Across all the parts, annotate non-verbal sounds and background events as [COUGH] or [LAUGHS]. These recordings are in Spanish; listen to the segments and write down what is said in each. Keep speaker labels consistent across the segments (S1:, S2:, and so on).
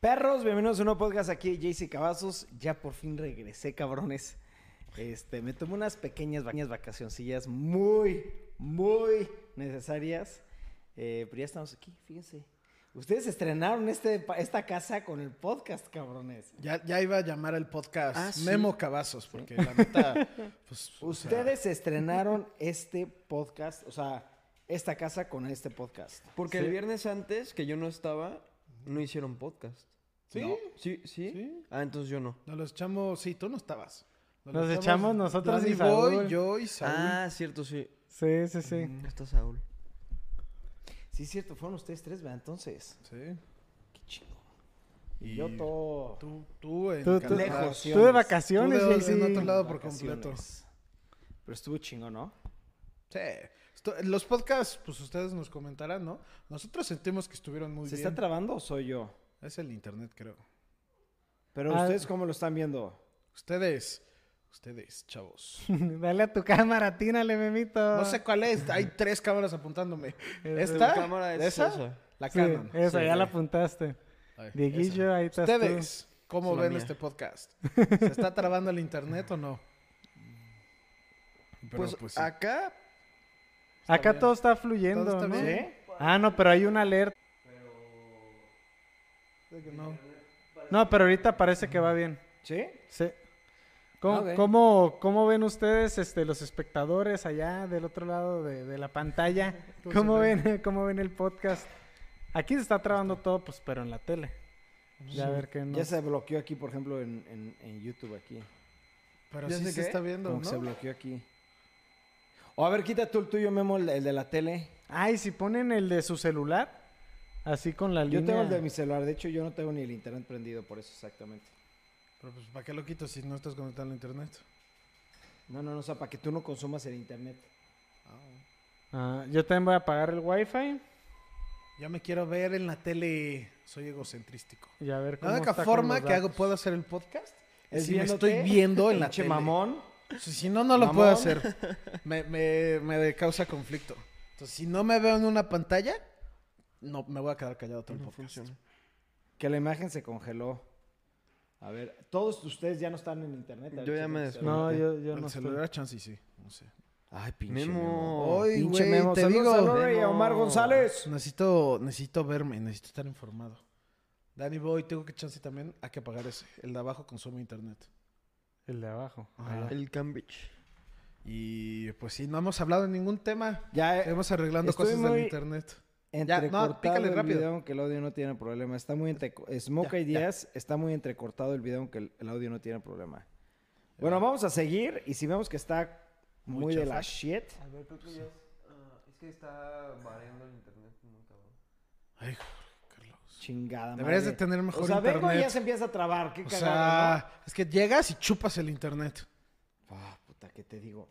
S1: Perros, bienvenidos a un nuevo podcast aquí de JC Cavazos. Ya por fin regresé, cabrones. Este, me tomé unas pequeñas va- vacacioncillas muy, muy necesarias. Eh, pero ya estamos aquí, fíjense. Ustedes estrenaron este, pa- esta casa con el podcast, cabrones.
S2: Ya, ya iba a llamar el podcast
S3: Ah, sí.
S2: Memo Cavazos, porque la neta, pues, o sea,
S1: Ustedes estrenaron [LAUGHS] este podcast, o sea, esta casa con este podcast.
S3: Porque el viernes antes, que yo no estaba, no hicieron podcast.
S2: ¿Sí?
S3: No. ¿Sí? ¿Sí?
S2: Sí.
S3: Ah, entonces yo no.
S2: nos los echamos, sí, tú no estabas.
S4: Nos echamos nosotros y
S2: Danny Boy,
S4: Saúl.
S2: yo y Saúl.
S3: Ah, cierto, sí.
S4: Sí, sí, sí.
S3: Ya está Saúl.
S1: Sí, es cierto, fueron ustedes tres, ¿verdad? Entonces,
S2: Sí.
S1: qué chido.
S2: Y
S1: Yo todo
S2: Tú, tú en
S4: Tú, tú-
S2: Canadá.
S1: lejos.
S4: tú de vacaciones,
S2: Tú de-
S4: JC.
S2: en otro lado. por
S1: Vacaciones.
S2: completo.
S1: Pero estuvo chingo, ¿no?
S2: Sí. Esto- los podcasts, pues ustedes nos comentarán, ¿no? Nosotros sentimos que estuvieron muy
S1: ¿Se
S2: bien.
S1: está trabando o soy yo?
S2: es el internet, creo.
S1: Pero
S4: Ah.
S1: ustedes cómo lo están viendo.
S2: Ustedes, ustedes, chavos.
S4: [LAUGHS] Dale a tu cámara, tírale, memito.
S2: No sé cuál es, hay tres cámaras apuntándome.
S4: Ah. Es-
S2: ¿Esta?
S3: La cámara es
S2: ¿Esa?
S3: esa.
S2: La
S4: Sí,
S2: Canon.
S4: esa,
S2: Sí,
S4: ya la
S2: sí.
S4: apuntaste.
S2: Ay,
S4: Dieguillo, ahí estás tú.
S2: eh. Ustedes, ¿cómo
S3: Es la
S2: ven
S3: mía.
S2: este podcast? ¿Se está trabando el internet o no? Pero,
S3: pues,
S2: sí.
S3: acá,
S4: Acá
S2: bien.
S4: todo está fluyendo,
S2: Todo está
S4: ¿no?
S2: bien.
S4: Ah, no, pero hay una alerta.
S2: Creo que no.
S4: No, pero ahorita parece que va bien.
S1: ¿Sí?
S4: Sí. ¿Cómo,
S1: Ah, ok.
S4: cómo- cómo ven ustedes este, los espectadores allá del otro lado de, de la pantalla?
S2: Tú
S4: ¿Cómo
S2: siempre.
S4: ven, ¿Cómo ven el podcast? Aquí se está trabando todo, pues, pero en la tele. Ya a ver qué no.
S1: Ya se bloqueó aquí, por ejemplo, en, en- en YouTube aquí.
S2: Pero
S3: ¿Ya
S2: sí
S3: sé
S2: se
S3: qué?
S2: está viendo,
S1: Como
S2: ¿no?
S1: que se bloqueó aquí. O a ver, quita tú el tuyo, Memo, el, el de la tele.
S4: Ay, si ponen el de su celular, así con la
S1: Yo
S4: línea.
S1: tengo el de mi celular. De hecho, yo no tengo ni el internet prendido por eso exactamente.
S2: Pero pues, ¿para qué lo quito si no estás conectado al internet?
S1: No, no, no, o sea, para que tú no consumas el internet.
S4: Ah, yo también voy a apagar el wifi
S2: Ya me quiero ver en la tele. Soy egocentrístico.
S4: y a ver cómo
S2: La única
S4: está con
S2: forma
S4: los
S2: que hago,
S4: datos.
S2: puedo hacer el podcast es
S1: Es
S2: si me
S1: viéndote,
S2: estoy viendo en la
S1: pinche
S2: tele.
S1: mamón.
S2: Si, si no, no lo puedo
S1: Mamón.
S2: hacer. Me, me, me causa conflicto. Entonces, si no me veo en una pantalla, no, me voy a quedar callado todo el
S3: no
S2: podcast.
S3: funciona.
S1: Que la imagen se congeló. A ver, todos ustedes ya no están en internet. A ver,
S3: Yo ya
S1: chequen
S3: me
S1: su celular.
S4: No, yo, yo
S2: el
S4: no estoy.
S2: celular, chance, y sí. No sé.
S1: Ay, pinche
S3: Memo.
S1: Memo.
S2: Ay,
S1: pinche
S2: güey,
S1: Memo.
S2: te
S1: Saludos
S2: digo.
S1: a Lore y a
S3: Memo.
S1: Omar González.
S2: Necesito, necesito verme, necesito estar informado. Danny Boy, tengo que chance también. Hay que apagar ese. El de abajo consume internet.
S4: El de abajo.
S2: Ajá.
S3: El Cambridge.
S2: Y pues sí, no hemos hablado de ningún tema.
S1: Ya, eh,
S2: Estamos arreglando
S1: estoy
S2: cosas
S1: muy-
S2: del internet.
S1: entrecortado
S2: no, pícale
S1: el
S2: rápido.
S1: video, aunque el audio no tiene problema. Está muy entreco- Smoke
S2: Ya,
S1: y
S2: ya.
S1: Díaz está muy entrecortado el video, aunque el, el audio no tiene problema. Bueno, vamos a seguir y si vemos que está muy,
S2: Muy
S1: de la
S2: chafa.
S1: shit.
S3: A ver, creo que ya es... ah, es que está variando el internet muy cabrón.
S2: Ay, Carlos.
S1: Chingada madre.
S2: Deberías de tener mejor
S1: O sea, vengo y ya
S2: internet.
S1: se empieza a trabar. Qué
S2: O
S1: cagada,
S2: sea, es que llegas y chupas el internet.
S1: ¿no? Ah, puta, ¿qué te digo?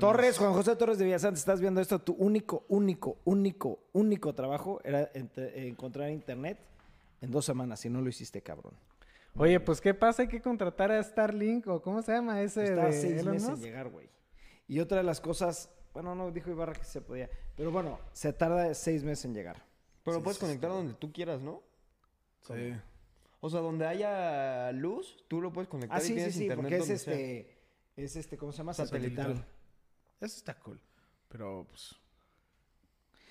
S1: Torres, Juan José Torres de Villasante, estás viendo esto. Tu único, único, único, único trabajo era ente- encontrar internet en dos semanas. Si no lo hiciste, cabrón.
S4: Oye, pues ¿qué pasa? Hay que contratar a Starlink o ¿cómo se llama ese
S1: Estaba
S4: de
S1: seis
S4: Elon
S1: meses en
S4: Musk?
S1: llegar, güey. Y otra de las cosas, bueno, no dijo Ibarra que se podía, pero bueno, se tarda seis meses en llegar.
S3: Pero puedes conectar donde tú quieras, ¿no?
S2: Sí.
S3: O sea, donde haya luz, tú lo puedes conectar
S1: Ah,
S3: y
S1: sí, sí,
S3: tienes
S1: sí,
S3: internet
S1: porque es
S3: donde sea.
S1: este, es este, ¿cómo se llama?
S3: Satelital.
S1: Satelital.
S2: Eso está cool. Pero pues.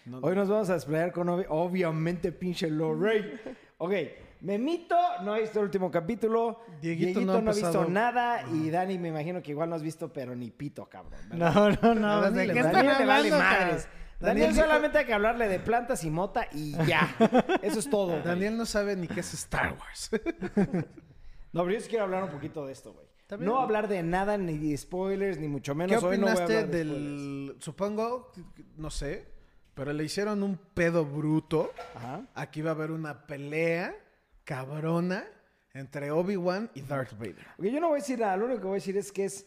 S2: no-
S1: Hoy nos vamos a desplegar con, obvi- obviamente, pinche Lorey. ok, Memito no ha visto el último capítulo. Dieguito,
S2: Dieguito no ha
S1: no, ha visto
S2: empezado.
S1: nada. Y Dani, me imagino que igual no has visto, pero ni pito, cabrón. ¿verdad?
S4: No, no, no.
S2: A Dani
S4: ¿De
S2: le
S4: qué
S2: vale.
S4: están
S2: Dani
S1: le
S4: hablando?
S1: vale
S4: cabrón?
S1: madres. Daniel,
S2: Daniel-
S1: solamente hay que hablarle de plantas y mota y
S2: [LAUGHS]
S1: ya. Eso es todo. güey.
S2: Daniel no sabe ni qué es Star Wars.
S1: No, pero yo sí quiero hablar un poquito de esto, güey.
S2: Está bien.
S1: No hablar de nada, ni de spoilers, ni mucho
S2: ¿Qué
S1: menos. Hoy no voy a
S2: opinaste
S1: hablar de spoilers.
S2: del. Supongo, no sé, pero le hicieron un pedo bruto.
S1: Ajá.
S2: Aquí va a haber una pelea cabrona entre Obi-Wan y Darth Vader.
S1: Ok, yo no voy a decir nada. Lo único que voy a decir es que es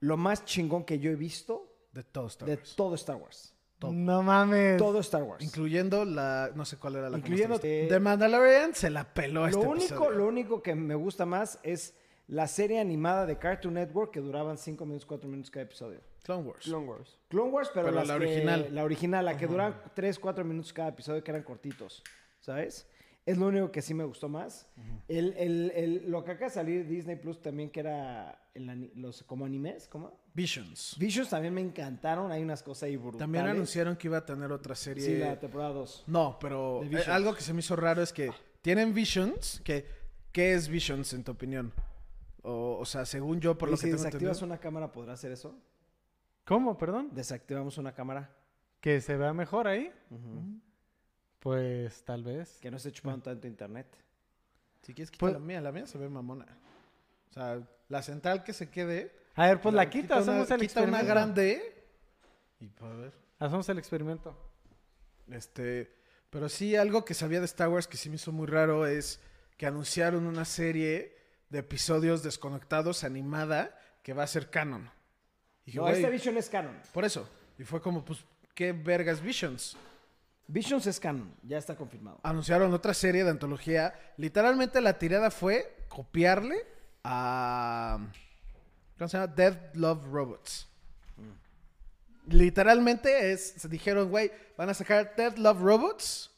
S1: lo más chingón que yo he visto
S2: De todo Star
S1: de
S2: Wars.
S1: todo Star Wars.
S4: No mames.
S1: Todo Star Wars.
S2: Incluyendo la. No sé cuál era la que más te
S1: Incluyendo-
S2: gustó. The Mandalorian se la peló
S1: lo,
S2: este
S1: único,
S2: episodio.
S1: lo único que me gusta más es la serie animada de Cartoon Network que duraban 5 minutos, 4 minutos cada episodio.
S2: Clone Wars.
S3: Clone Wars.
S1: Clone Wars, pero,
S2: Pero
S1: las
S2: la
S1: que-
S2: original.
S1: la original, la que duraban 3, 4 minutos cada episodio, que eran cortitos, ¿sabes? Es lo único que sí me gustó más. el, el- el- lo que acaba de salir Disney Plus también, que era el ani- los como animes, ¿cómo?
S2: Visions.
S1: Vicious también me encantaron. Hay unas cosas ahí brutales.
S2: También anunciaron que iba a tener otra serie.
S1: Sí, la temporada 2.
S2: No, pero
S1: De
S2: eh,
S1: Visions.
S2: algo que se me hizo raro es que tienen Visions, que ¿qué es Visions en tu opinión? O, o sea, según yo, por
S1: ¿Y
S2: lo
S1: si
S2: que tengo
S1: desactivas
S2: entendido.
S1: una cámara, ¿podrá hacer eso?
S4: ¿Cómo, perdón?
S1: Desactivamos una cámara.
S4: Que se vea mejor ahí. Mm.
S1: Ujú.
S4: Pues tal vez.
S1: Que no esté chupando tanto internet.
S2: Si quieres quitar
S4: Pues-
S2: la mía, la mía se ve mamona. O sea, la central que se quede.
S4: A ver, pues la, quita,
S2: quita una,
S4: hacemos el
S2: quita una
S4: experimento.
S2: grande y para ver.
S4: Hacemos el experimento.
S2: Este, pero sí, algo que sabía de Star Wars que sí me hizo muy raro es que anunciaron una serie de episodios desconectados animada que va a ser canon. Y dije,
S1: No,
S2: "Güey,
S1: este Vision es canon.
S2: por eso. Y fue como, pues, ¿qué vergas Visions?
S1: Visions es canon. Ya está confirmado.
S2: Anunciaron otra serie de antología. Literalmente la tirada fue copiarle a... ¿Cómo se llama? Death Love Robots. Literalmente es, se dijeron, güey, van a sacar Death Love Robots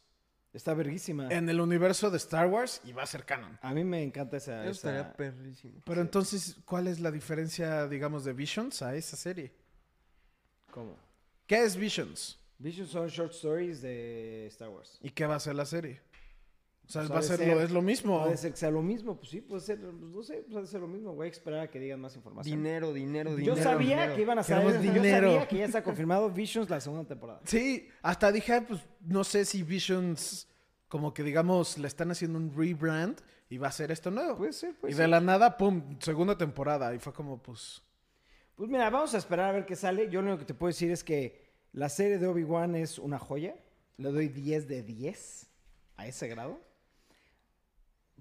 S1: Está verguísima.
S2: en el universo de Star Wars y va a ser canon.
S1: A mí me encanta esa.
S3: Eso
S1: esa-
S3: estaría perrísimo.
S2: Pero entonces, ¿cuál es la diferencia, digamos, de Visions a esa serie?
S1: ¿Cómo?
S2: ¿Qué es Visions?
S1: Visions son short stories de Star Wars.
S2: ¿Y qué va a ser la serie? O sea,
S1: Pues
S2: va
S1: ha
S2: a
S1: de
S2: ser,
S1: ser-
S2: lo, es lo mismo.
S1: Puede ser que sea lo mismo, pues sí, puede ser, pues, no sé, puede ser lo mismo. Voy a esperar a que digan más información.
S3: Dinero, dinero,
S1: yo
S3: dinero.
S1: sabía
S3: dinero.
S1: que iban a salir. [LAUGHS]
S2: Queremos
S1: Yo
S2: dinero.
S1: sabía que ya está confirmado Visions la segunda temporada.
S2: Sí, hasta dije, "Ah, pues, no sé si Visions, como que digamos, le están haciendo un rebrand y va a ser esto nuevo.
S1: Puede ser, puede
S2: y de
S1: ser.
S2: la nada, pum, segunda temporada. Y fue como, pues,
S1: Pues mira, vamos a esperar a ver qué sale. Yo lo único que te puedo decir es que la serie de Obi-Wan es una joya. Le doy 10 de 10 a ese grado.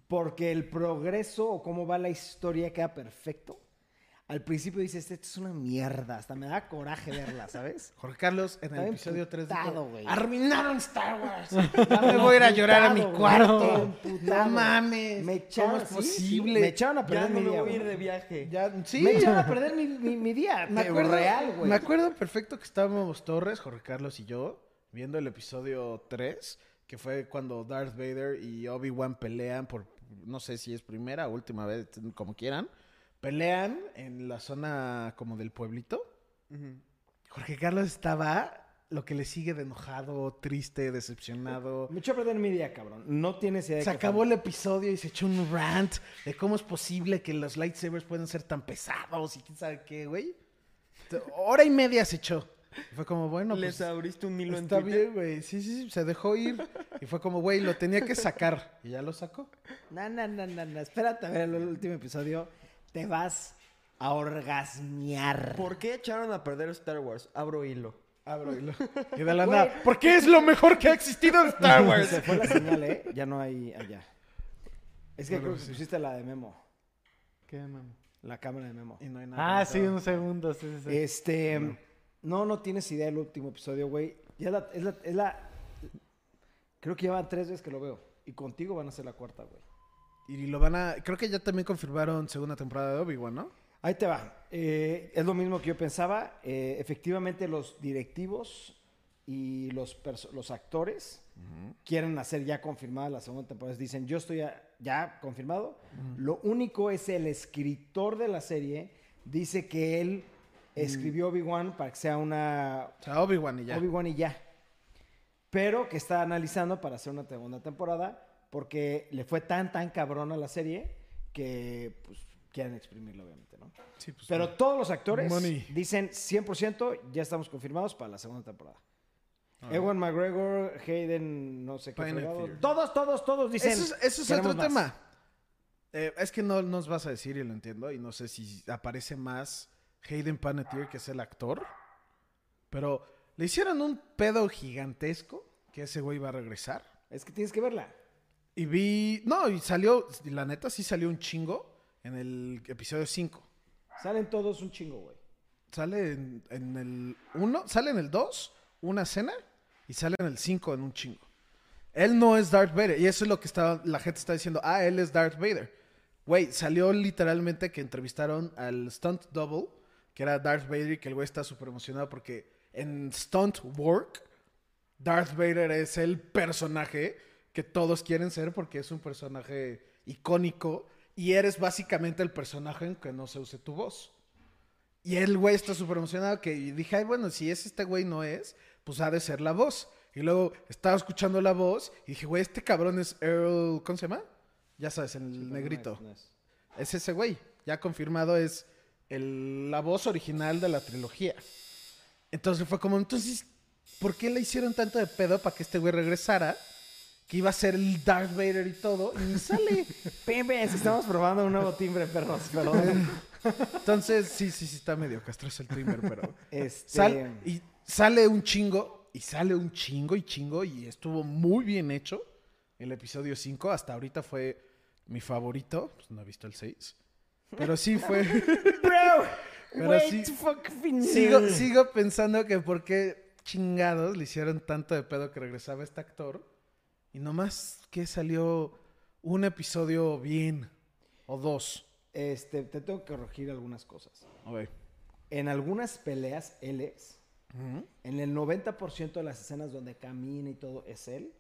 S1: Porque el progreso o cómo va la historia queda perfecto. Al principio dices, esto es una mierda. Hasta me da coraje verla, ¿sabes?
S2: Jorge Carlos, en el
S1: Estaba
S2: episodio 3
S1: emputado, güey.
S2: arruinaron Star
S1: [LAUGHS]
S2: Wars. [LAUGHS] Ya me voy a ir a llorar a mi
S1: Emputado, güey,
S2: cuarto.
S1: emputado.
S2: No mames.
S1: Me echaron,
S2: ¿Cómo es
S1: sí,
S2: posible?
S1: sí, me echaron a
S3: Ya
S1: perder
S3: no
S1: mi
S3: me
S1: día.
S3: voy a ir
S1: güey.
S3: de viaje.
S2: Ya, sí.
S1: Me echaron a perder mi, mi- mi día.
S2: [LAUGHS] Me
S1: pero
S2: acuerdo,
S1: real, güey.
S2: me acuerdo perfecto que estábamos Torres, Jorge Carlos y yo viendo el episodio 3, que fue cuando Darth Vader y Obi-Wan pelean por, no sé si es primera o última vez, como quieran, pelean en la zona como del pueblito.
S3: Ujú.
S2: Jorge Carlos estaba lo que le sigue de enojado, triste, decepcionado.
S1: Me echó a perder mi día, cabrón. No tienes idea de
S2: Se
S1: qué
S2: acabó
S1: fue.
S2: el episodio y se echó un rant de cómo es posible que los lightsabers pueden ser tan pesados y quién sabe qué, güey. Te- Hora y media se echó. Y fue como, bueno,
S3: Les
S2: pues
S3: abriste un hilo en
S2: está
S3: Twitter.
S2: bien, güey. Sí, sí, sí, se dejó ir. Y fue como, güey, lo tenía que sacar. Y ya lo sacó.
S1: No, no, no, no, no. Espérate a ver el último episodio. Te vas a orgasmear.
S3: ¿Por qué echaron a perder Star Wars? Abro hilo.
S2: Abro [LAUGHS] y lo... Y de la
S1: Güey.
S2: nada, ¿por qué es lo mejor que ha existido
S1: [LAUGHS]
S2: en Star Wars?
S1: Se fue la señal, ¿eh? Ya no hay allá. Es que creo que pusiste la de Memo.
S4: ¿Qué, mami?
S1: La cámara de Memo.
S2: Y no hay nada.
S4: Ah, sí, un segundo. Sí, sí, sí.
S1: Este. No, no tienes idea del último episodio, güey. Ya la- es la, es la- Creo que ya van tres veces que lo veo. Y contigo van a ser la cuarta, güey.
S2: Y lo van a... Creo que ya también confirmaron segunda temporada de Obi-Wan, ¿no?
S1: Ahí te va. Eh, es lo mismo que yo pensaba. Eh, efectivamente, los directivos y los, perso- los actores quieren hacer ya confirmada la segunda temporada. Dicen, yo estoy ya, ya confirmado. Lo único es el escritor de la serie dice que él escribió Obi-Wan para que sea una
S2: O sea, Obi-Wan y ya.
S1: Obi-Wan y ya. Pero que está analizando para hacer una segunda temporada porque le fue tan, tan cabrón a la serie que pues quieren exprimirlo, obviamente, ¿no?
S2: Sí, pues,
S1: Pero eh, todos los actores
S2: Money.
S1: dicen 100% ya estamos confirmados para la segunda temporada.
S2: A ver.
S1: Ewan McGregor, Hayden, no sé qué.
S2: Pine
S1: fregado.
S2: Fear.
S1: Todos, todos, todos dicen.
S2: Eso es, eso es
S1: "Queremos
S2: otro
S1: más".
S2: tema. Eh, es que no nos vas a decir, y lo entiendo, y no sé si aparece más Hayden Panettiere, que es el actor, pero le hicieron un pedo gigantesco que ese güey va a regresar.
S1: Es que tienes que verla.
S2: Y vi, no, y salió, y la neta sí salió un chingo en el episodio 5.
S1: Salen todos un chingo, güey.
S2: Sale en, en el 1, sale en el 2, una cena, y sale en el 5 en un chingo. Él no es Darth Vader, y eso es lo que estaba, la gente está diciendo, ah, él es Darth Vader. Güey, salió literalmente que entrevistaron al Stunt Double, que era Darth Vader, y que el güey está súper emocionado porque en Stunt Work, Darth Vader es el personaje que todos quieren ser porque es un personaje icónico y eres básicamente el personaje en que no se use tu voz. Y el güey está súper emocionado que y dije, ay, bueno, si es este güey no es, pues ha de ser la voz. Y luego estaba escuchando la voz y dije, güey, este cabrón es Earl, ¿cómo se llama? Ya sabes, el negrito. Es ese güey. Ya confirmado es el- la voz original de la trilogía. Entonces fue como, entonces, ¿por qué le hicieron tanto de pedo para que este güey regresara? Que iba a ser el Darth Vader y todo, y ni sale.
S1: Pepe, si estamos probando un nuevo timbre, perros,
S2: [LAUGHS]
S1: perdón.
S2: Entonces, sí, sí, sí, está medio castroso el timer, pero.
S1: Este,
S2: Sal- y sale un chingo, y sale un chingo y chingo, y estuvo muy bien hecho el episodio 5. Hasta ahorita fue mi favorito. Pues no he visto el 6. Pero sí fue.
S1: Bro,
S2: Pero
S1: wait
S2: sí-
S1: to fuck finish.
S2: Sigo, sigo pensando que por qué chingados le hicieron tanto de pedo que regresaba este actor. Y nomás que salió un episodio bien. O dos.
S1: Este, te tengo que corregir algunas cosas.
S2: A ver.
S1: En algunas peleas él es. En el 90% de las escenas donde camina y todo es él.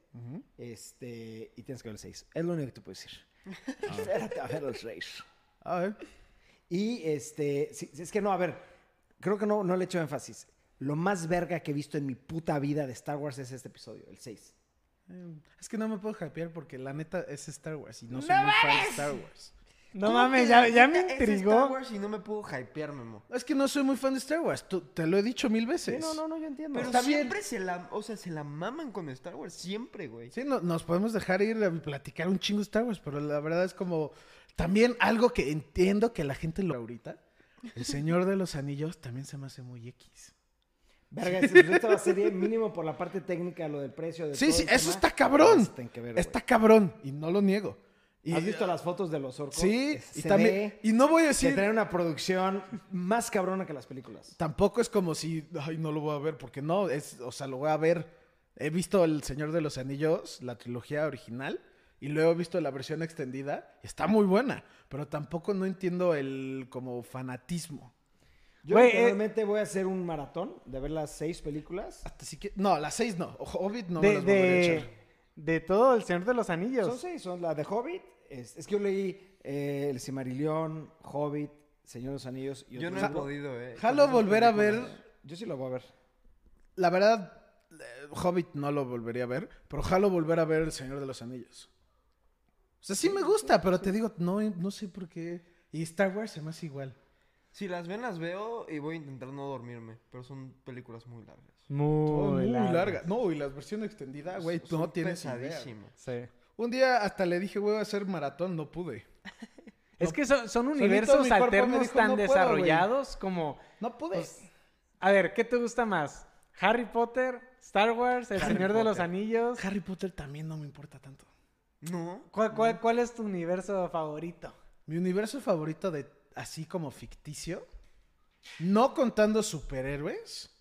S1: Este, y tienes que ver el 6. Es lo único que te puedo
S2: [LAUGHS]
S1: decir.
S2: Ah.
S1: Espérate a ver el 6.
S2: A ver.
S1: Y este, sí, sí, es que no, a ver, creo que no, no le echo énfasis. Lo más verga que he visto en mi puta vida de Star Wars es este episodio, el 6.
S2: Eh, Es que no me puedo hypear porque la neta es Star Wars y no soy muy fan de Star Wars.
S4: No mames, ya, ya me intrigó.
S3: Y no me puedo hypear, Memo.
S2: Es que no soy muy fan de Star Wars. tú- te lo he dicho mil veces.
S1: no, no, no, yo entiendo.
S3: Pero
S2: Está bien.
S3: siempre se la, o sea, se la maman con Star Wars, siempre, güey.
S2: Sí, no- nos podemos dejar ir a platicar un chingo de Star Wars, pero la verdad es como también algo que entiendo que la gente lo ahorita. El Señor de los Anillos también se me hace muy X.
S1: Verga, si pues, esta serie mínimo por la parte técnica, lo del precio. De
S2: Sí,
S1: todo
S2: sí,
S1: el
S2: eso
S1: tema,
S2: está cabrón.
S1: las tienen que ver, güey.
S2: Está cabrón y no lo niego. Y, ah,
S1: ¿Has visto las fotos de los orcos?
S2: Sí,
S1: Se
S2: y también
S1: ve
S2: y no voy a
S1: que
S2: decir
S1: traen una producción más cabrona que las películas.
S2: tampoco es como si, ay, no lo voy a ver, porque no, es, o sea, lo voy a ver. He visto El Señor de los Anillos, la trilogía original, y luego he visto la versión extendida. Está muy buena, pero tampoco no entiendo el como fanatismo.
S1: Yo
S4: Güey, eh.
S1: realmente voy a hacer un maratón de ver las seis películas.
S2: Hasta si que, no, las seis no. Ojo, Hobbit no me
S4: de,
S2: las volvería a echar.
S4: de, de todo el Señor de los
S1: Son
S4: Anillos.
S1: seis, son la de Hobbit. Es, es que yo leí eh, El Cimarillón, Hobbit, Señor de los Anillos. Y
S3: Yo no
S1: otros
S3: he
S1: libros.
S3: podido, eh.
S2: Jalo volver a ver,
S1: Yo sí lo voy a ver.
S2: la verdad, eh, Hobbit no lo volvería a ver, pero jalo volver a ver El Señor de los Anillos. O sea, sí me gusta, pero te digo, no, no sé por qué. Y Star Wars se me hace igual.
S3: Si las ven, las veo y voy a intentar no dormirme. Pero son películas muy largas.
S2: Oh,
S4: Muy,
S2: muy
S4: larga.
S2: larga. No, y la versión extendida, güey,
S3: Son
S2: no tienes idea.
S3: pesadísimas.
S4: Sí.
S2: Un día hasta le dije, güey, voy a hacer maratón, no pude.
S4: Es que son, son
S2: Solito
S4: universos
S2: mi cuerpo me
S4: alternos
S2: dijo,
S4: tan
S2: "No puedo, güey".
S4: desarrollados como...
S2: No pude.
S4: Pues, a ver, ¿qué te gusta más? ¿Harry Potter? ¿Star Wars? ¿El
S2: Harry
S4: Señor de los
S2: Potter.
S4: Anillos?
S2: Pues, Harry Potter también no me importa tanto.
S3: No.
S4: ¿Cuál, cuál, cuál es tu universo favorito?
S2: Mi universo favorito de así como ficticio, no contando superhéroes.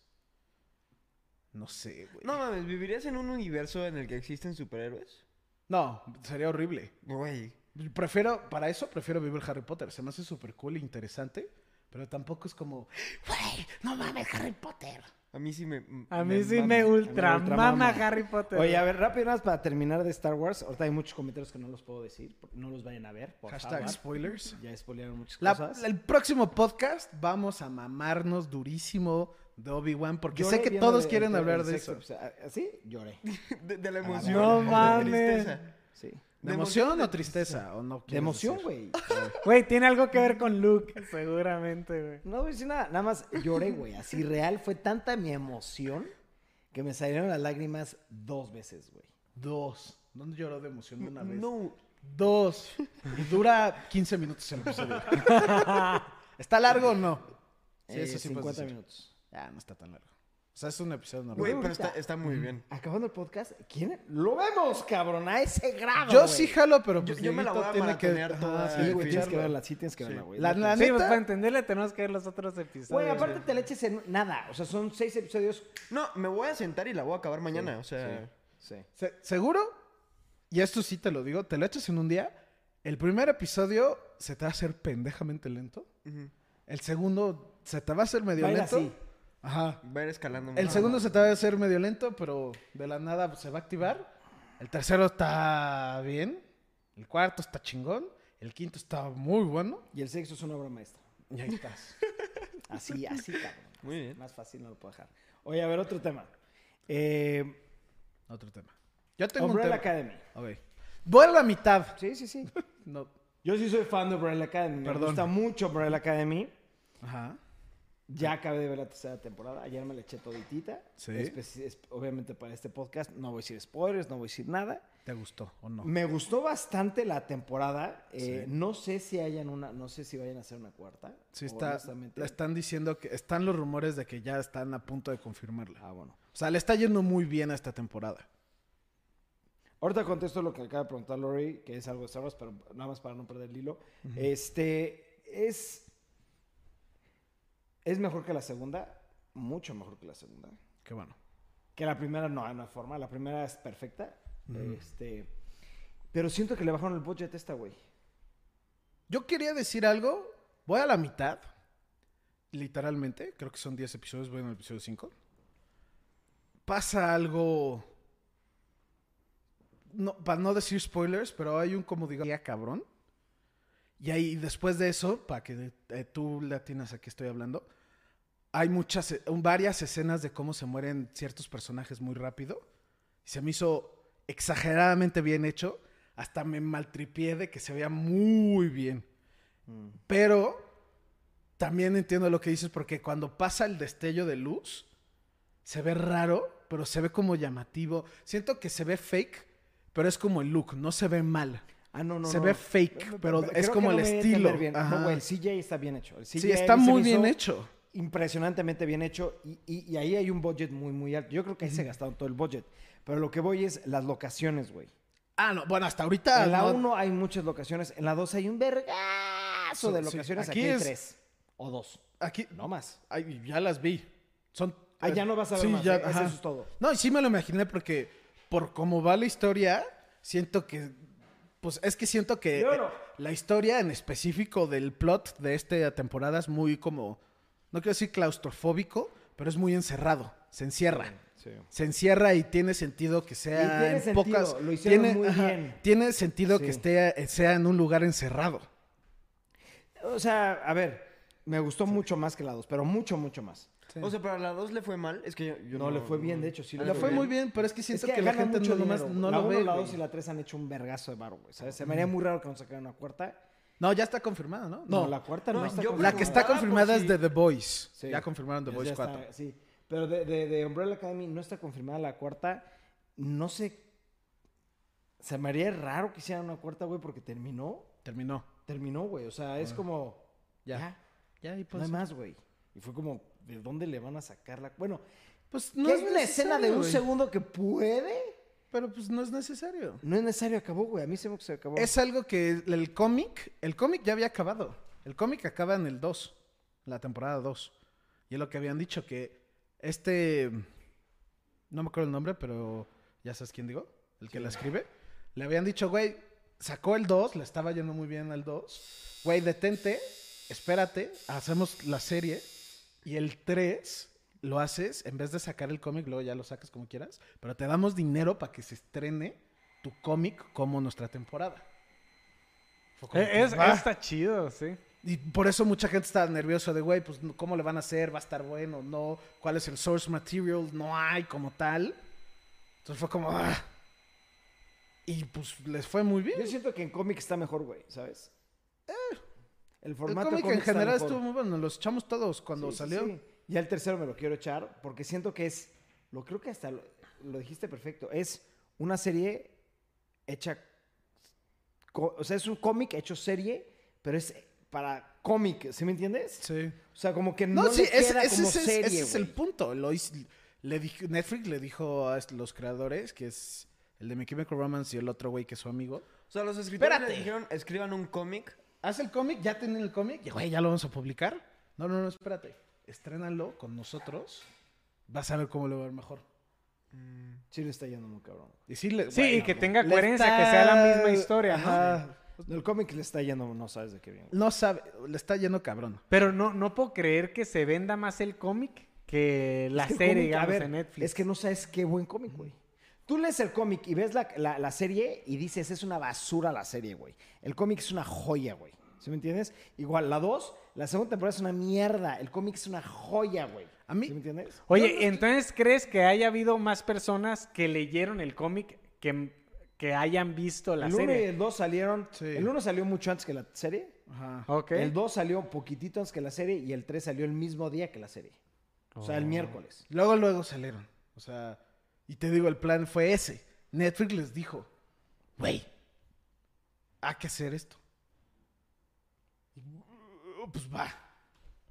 S2: No sé, güey.
S3: No mames, ¿vivirías en un universo en el que existen superhéroes?
S2: No, sería horrible.
S3: Güey.
S2: Prefiero, para eso prefiero vivir Harry Potter. Se me hace súper cool e interesante, pero tampoco es como, güey, no mames, Harry Potter.
S3: A mí sí me.
S4: A mí sí me
S3: mama.
S4: ultra mama
S1: ultramama.
S4: Harry Potter.
S1: Oye, a ver, rápido nada más para terminar de Star Wars. Ahorita hay muchos comentarios que no los puedo decir. porque No los vayan a ver, por
S2: Hashtag
S1: favor.
S2: spoilers.
S1: Ya spoilearon muchas
S2: La-
S1: cosas.
S2: la- el próximo podcast vamos a mamarnos durísimo de Obi-Wan porque
S1: Lloré
S2: sé que
S1: viendo
S2: todos
S1: el-
S2: quieren
S1: el-
S2: hablar
S1: el
S2: de
S1: sexto
S2: eso.
S1: episodio. ah, ¿Sí?
S2: [LAUGHS]
S1: Lloré.
S3: De, de la
S1: la
S3: emoción.
S1: verga.
S3: o de la
S4: No
S3: tristeza.
S1: Sí.
S2: ¿De
S3: ¿De
S2: emoción
S3: emoción
S2: o tristeza? ¿O no
S1: De
S2: quieres
S1: emoción,
S2: decir?
S1: güey.
S2: [LAUGHS]
S4: Güey, tiene algo que ver con Luke, seguramente, güey.
S1: No voy a decir nada, nada más lloré, güey.
S2: [LAUGHS]
S1: Así real fue tanta mi emoción que me salieron las lágrimas dos veces, güey.
S2: Dos. ¿Dónde lloró de emoción una vez?
S3: No.
S2: Dos. Y dura 15 minutos el episodio. [LAUGHS] ¿Está largo o no? Sí, eso
S1: Eh,
S2: sí
S1: 50
S2: puedes decir.
S1: minutos.
S2: Ah, no está tan largo. O sea, es un episodio normal.
S3: Güey,
S1: Ahorita.
S3: pero está, está muy bien.
S1: Acabando el podcast, ¿quién? Lo vemos, cabrón, a ese grado.
S2: yo
S1: güey.
S2: sí jalo, pero
S3: Yo-
S2: pues
S3: yo me la
S2: Dieguito
S3: voy a
S2: tiene
S3: maratonear
S2: Ajá,
S3: toda,
S2: sí,
S1: Sí,
S2: güey,
S1: güey, tienes que
S2: escucharlo.
S1: verla, sí tienes que verla, güey.
S2: La-
S1: No
S2: la
S1: te-
S4: Sí, pues
S2: neta-
S4: para entenderle tenemos que ver los otros episodios.
S1: Güey, aparte te la eches en nada. O sea, son seis episodios.
S3: No, me voy a sentar y la voy a acabar mañana. o sea.
S1: Sí.
S2: Se- seguro, y esto sí te lo digo, te lo echas en un día, el primer episodio se te va a hacer pendejamente lento,
S3: ujú.
S2: el segundo se te va a hacer medio
S1: Va a ir
S2: lento.
S1: así.
S2: Ajá.
S3: Va a ir escalando.
S2: El
S3: más.
S2: segundo se te va a hacer medio lento, pero de la nada se va a activar. El tercero está bien. El cuarto está chingón. El quinto está muy bueno.
S1: Y el sexo es una obra maestra.
S2: Y ahí estás.
S1: [LAUGHS] Así, así, cabrón.
S3: Muy bien.
S1: Más fácil no lo puedo dejar. Oye, a ver, otro tema. Eh,
S2: Otro tema. Yo tengo
S1: Umbrella
S2: un tema.
S1: Academy.
S2: Ok. Voy a la mitad.
S1: Sí, sí, sí.
S2: No.
S1: Yo sí soy fan de Umbrella Academy. Me
S2: Perdón.
S1: gusta mucho Umbrella Academy.
S2: Ajá.
S1: Ya acabé de ver la tercera temporada. Ayer me la eché toditita.
S2: Sí.
S1: Espe- es- obviamente para este podcast no voy a decir spoilers, no voy a decir nada.
S2: ¿Te gustó o no?
S1: Me gustó bastante la temporada. Eh,
S2: Sí.
S1: No sé si hayan una, no sé si vayan a hacer una cuarta.
S2: Sí, está,
S1: Honestamente-
S2: le están diciendo que están los rumores de que ya están a punto de confirmarla.
S1: Ah, bueno.
S2: O sea, le está yendo muy bien a esta temporada.
S1: Ahorita contesto lo que acaba de preguntar Lori, que es algo de Star Wars, pero nada más para no perder el hilo. Este es. Es mejor que la segunda. Mucho mejor que la segunda.
S2: Qué bueno.
S1: Que la primera no, no hay forma. La primera es perfecta. Este. Pero siento que le bajaron el budget a esta, güey.
S2: Yo quería decir algo. Voy a la mitad. Literalmente. Creo que son 10 episodios. Voy en el episodio 5. Pasa algo. No, para no decir spoilers, pero hay un como digo, ya cabrón. Y ahí después de eso, para que eh, tú le atinas a qué estoy hablando, hay muchas, eh, varias escenas de cómo se mueren ciertos personajes muy rápido. Y se me hizo exageradamente bien hecho. Hasta me maltripié de que se veía muy bien.
S1: Mm.
S2: Pero también entiendo lo que dices porque cuando pasa el destello de luz, se ve raro, pero se ve como llamativo. Siento que se ve fake, pero es como el look, no se ve mal.
S1: Ah, no, no.
S2: Se
S1: no.
S2: ve fake, pero
S1: Creo
S2: es
S1: que
S2: como
S1: no
S2: el
S1: me di a
S2: estilo.
S1: entender bien. No,
S2: Ajá.
S1: güey, el CJ está bien hecho. El
S2: Sí,
S1: CGI
S2: está
S1: se me
S2: muy bien
S1: hizo
S2: hecho.
S1: impresionantemente bien hecho y, y- y ahí hay un budget muy, muy alto. Yo creo que ahí se gastaron todo el budget. Pero lo que voy es las locaciones, güey.
S2: Ah, no, bueno, hasta ahorita.
S1: en la
S2: no-
S1: 1 hay muchas locaciones, en la 2 hay un vergazo
S2: Sí,
S1: de
S2: sí.
S1: locaciones.
S2: Aquí
S1: Aquí, hay
S2: es-
S1: tres o dos,
S2: Aquí,
S1: no más.
S2: ay, ya las vi. Son.
S1: Ah, ya no vas a ver más, ¿eh? Ese
S2: ajá.
S1: es todo.
S2: No, y sí me lo imaginé porque, por cómo va la historia, siento que. Pues es que siento que
S1: Lloro.
S2: eh, la historia en específico del plot de esta temporada es muy como. No quiero decir claustrofóbico, pero es muy encerrado. Se encierra. Se encierra y tiene sentido que sea
S1: Y tiene
S2: en
S1: sentido,
S2: pocas.
S1: lo hicieron
S2: tiene-
S1: muy bien.
S2: Tiene sentido
S1: Sí.
S2: que esté, eh, sea en un lugar encerrado.
S1: O sea, a ver, me gustó mucho más que la 2, pero mucho, mucho más.
S3: O sea, pero a la 2 le fue mal. Es que yo, yo
S1: No, le fue bien, de hecho, sí
S3: Ah,
S1: le
S2: Le fue muy bien, pero es que
S1: Es
S2: siento
S1: que,
S2: que, la gente no,
S1: no,
S2: nomás no
S1: la
S2: lo
S1: uno,
S2: ve.
S1: La
S2: güey.
S1: 2 y la 3 han hecho un vergazo de barro, güey. ¿sabes? Se me haría muy raro que no sacaran una cuarta.
S2: No, ya está confirmada, ¿no?
S1: No,
S2: No,
S1: la
S2: la,
S1: cuarta no,
S3: No,
S1: está
S3: yo
S1: confirmada.
S2: que está
S3: Ah, pues
S2: confirmada
S3: sí.
S2: es de The Voice.
S1: Sí. Pues
S2: Ya confirmaron The
S1: Ya-
S2: Voice
S1: ya está,
S2: 4.
S1: sí, pero de, de- de Umbrella Academy no está confirmada la cuarta. No sé. Se me haría raro que hicieran una cuarta, güey, porque terminó.
S2: Terminó.
S1: Terminó, güey. O sea, es como. Ya.
S2: Ah. Ya. Ya, y
S1: no hay
S2: pues.
S1: más, güey. Y fue como, ¿de dónde le van a sacar la.? Bueno,
S2: pues
S1: que hay una escena de un
S2: necesario, güey.
S1: segundo que puede.
S2: Pero pues no es necesario.
S1: No es necesario, acabó, güey. A mí se me que se acabó.
S2: Es algo que el- el cómic, el cómic ya había acabado. El cómic acaba en el 2, la temporada 2. Y es lo que habían dicho que este no me acuerdo el nombre, pero ya sabes quién digo, el que la escribe, le habían dicho, "Güey, sacó el 2, le estaba yendo muy bien al 2. Güey, detente, espérate, hacemos la serie y el 3 lo haces en vez de sacar el cómic, luego ya lo sacas como quieras, pero te damos dinero para que se estrene tu cómic como nuestra temporada." Fue como, "Ah".
S4: Eh, es,
S2: "Va".
S4: está chido, sí.
S2: Y por eso mucha gente está nerviosa de, güey, pues, ¿cómo le van a hacer? ¿Va a estar bueno? ¿No? ¿Cuál es el source material? No hay como tal. Entonces fue como, "Ah". Y pues les fue muy bien.
S1: Yo siento que en cómic está mejor, güey, ¿sabes? El
S2: Eh. el
S1: formato
S2: cómic en
S1: está
S2: general
S1: mejor.
S2: estuvo muy bueno. Los echamos todos cuando
S1: Sí, sí,
S2: salió.
S1: sí. Ya el tercero me lo quiero echar porque siento que es, lo creo que hasta lo, lo dijiste perfecto, es una serie hecha, co- o sea, es un cómic hecho serie, pero es para cómic, ¿sí me entiendes?
S2: Sí.
S1: O sea, como que no,
S2: No, sí,
S1: le
S2: ese,
S1: queda
S2: ese
S1: como
S2: es- ese
S1: serie,
S2: es el
S1: güey.
S2: punto. Lo hiz- le dij- Netflix le dijo a est- los creadores, que es el de My Chemical Romance y el otro güey que es su amigo,
S3: O sea, los escritores
S2: Espérate.
S3: le dijeron, escriban un cómic.
S2: Haz el cómic, ya tienen el cómic, y, güey, ya lo vamos a publicar. No, no, no, espérate. Estrénalo con nosotros. Vas a ver cómo lo va a ver mejor.
S1: Sí, le está yendo muy cabrón.
S2: Y sí, le-
S4: Sí, y
S2: bueno,
S4: que tenga
S2: le
S4: coherencia, que
S2: está-
S4: sea la misma historia, ¿no?
S2: Ajá.
S1: El cómic le está yendo, no sabes de qué bien. güey.
S2: No sabe, le está yendo cabrón.
S4: Pero no, no puedo creer que se venda más el cómic que la
S1: Es que el
S4: serie,
S1: cómic, a
S4: digamos,
S1: ver,
S4: en Netflix.
S1: Es que no sabes qué buen cómic, güey. Tú lees el cómic y ves la, la- la serie y dices, es una basura la serie, güey. El cómic es una joya, güey. ¿Sí me entiendes? Igual, la 2, la segunda temporada es una mierda. El cómic es una joya, güey.
S2: A mí-
S1: ¿Sí me entiendes?
S4: Oye, entonces, ¿crees que haya habido más personas que leyeron el cómic que, que hayan visto la
S1: el 1 y
S4: serie?
S1: el 2 salieron.
S2: Sí.
S1: El 1 salió mucho antes que la serie.
S2: Ajá.
S4: Ok.
S1: El 2 salió poquitito antes que la serie y el 3 salió el mismo día que la serie. O sea, el
S4: Oh.
S1: miércoles.
S2: Luego, luego salieron. O sea, y te digo, el plan fue ese. Netflix les dijo, güey, hay que hacer esto. Y, uh, pues va.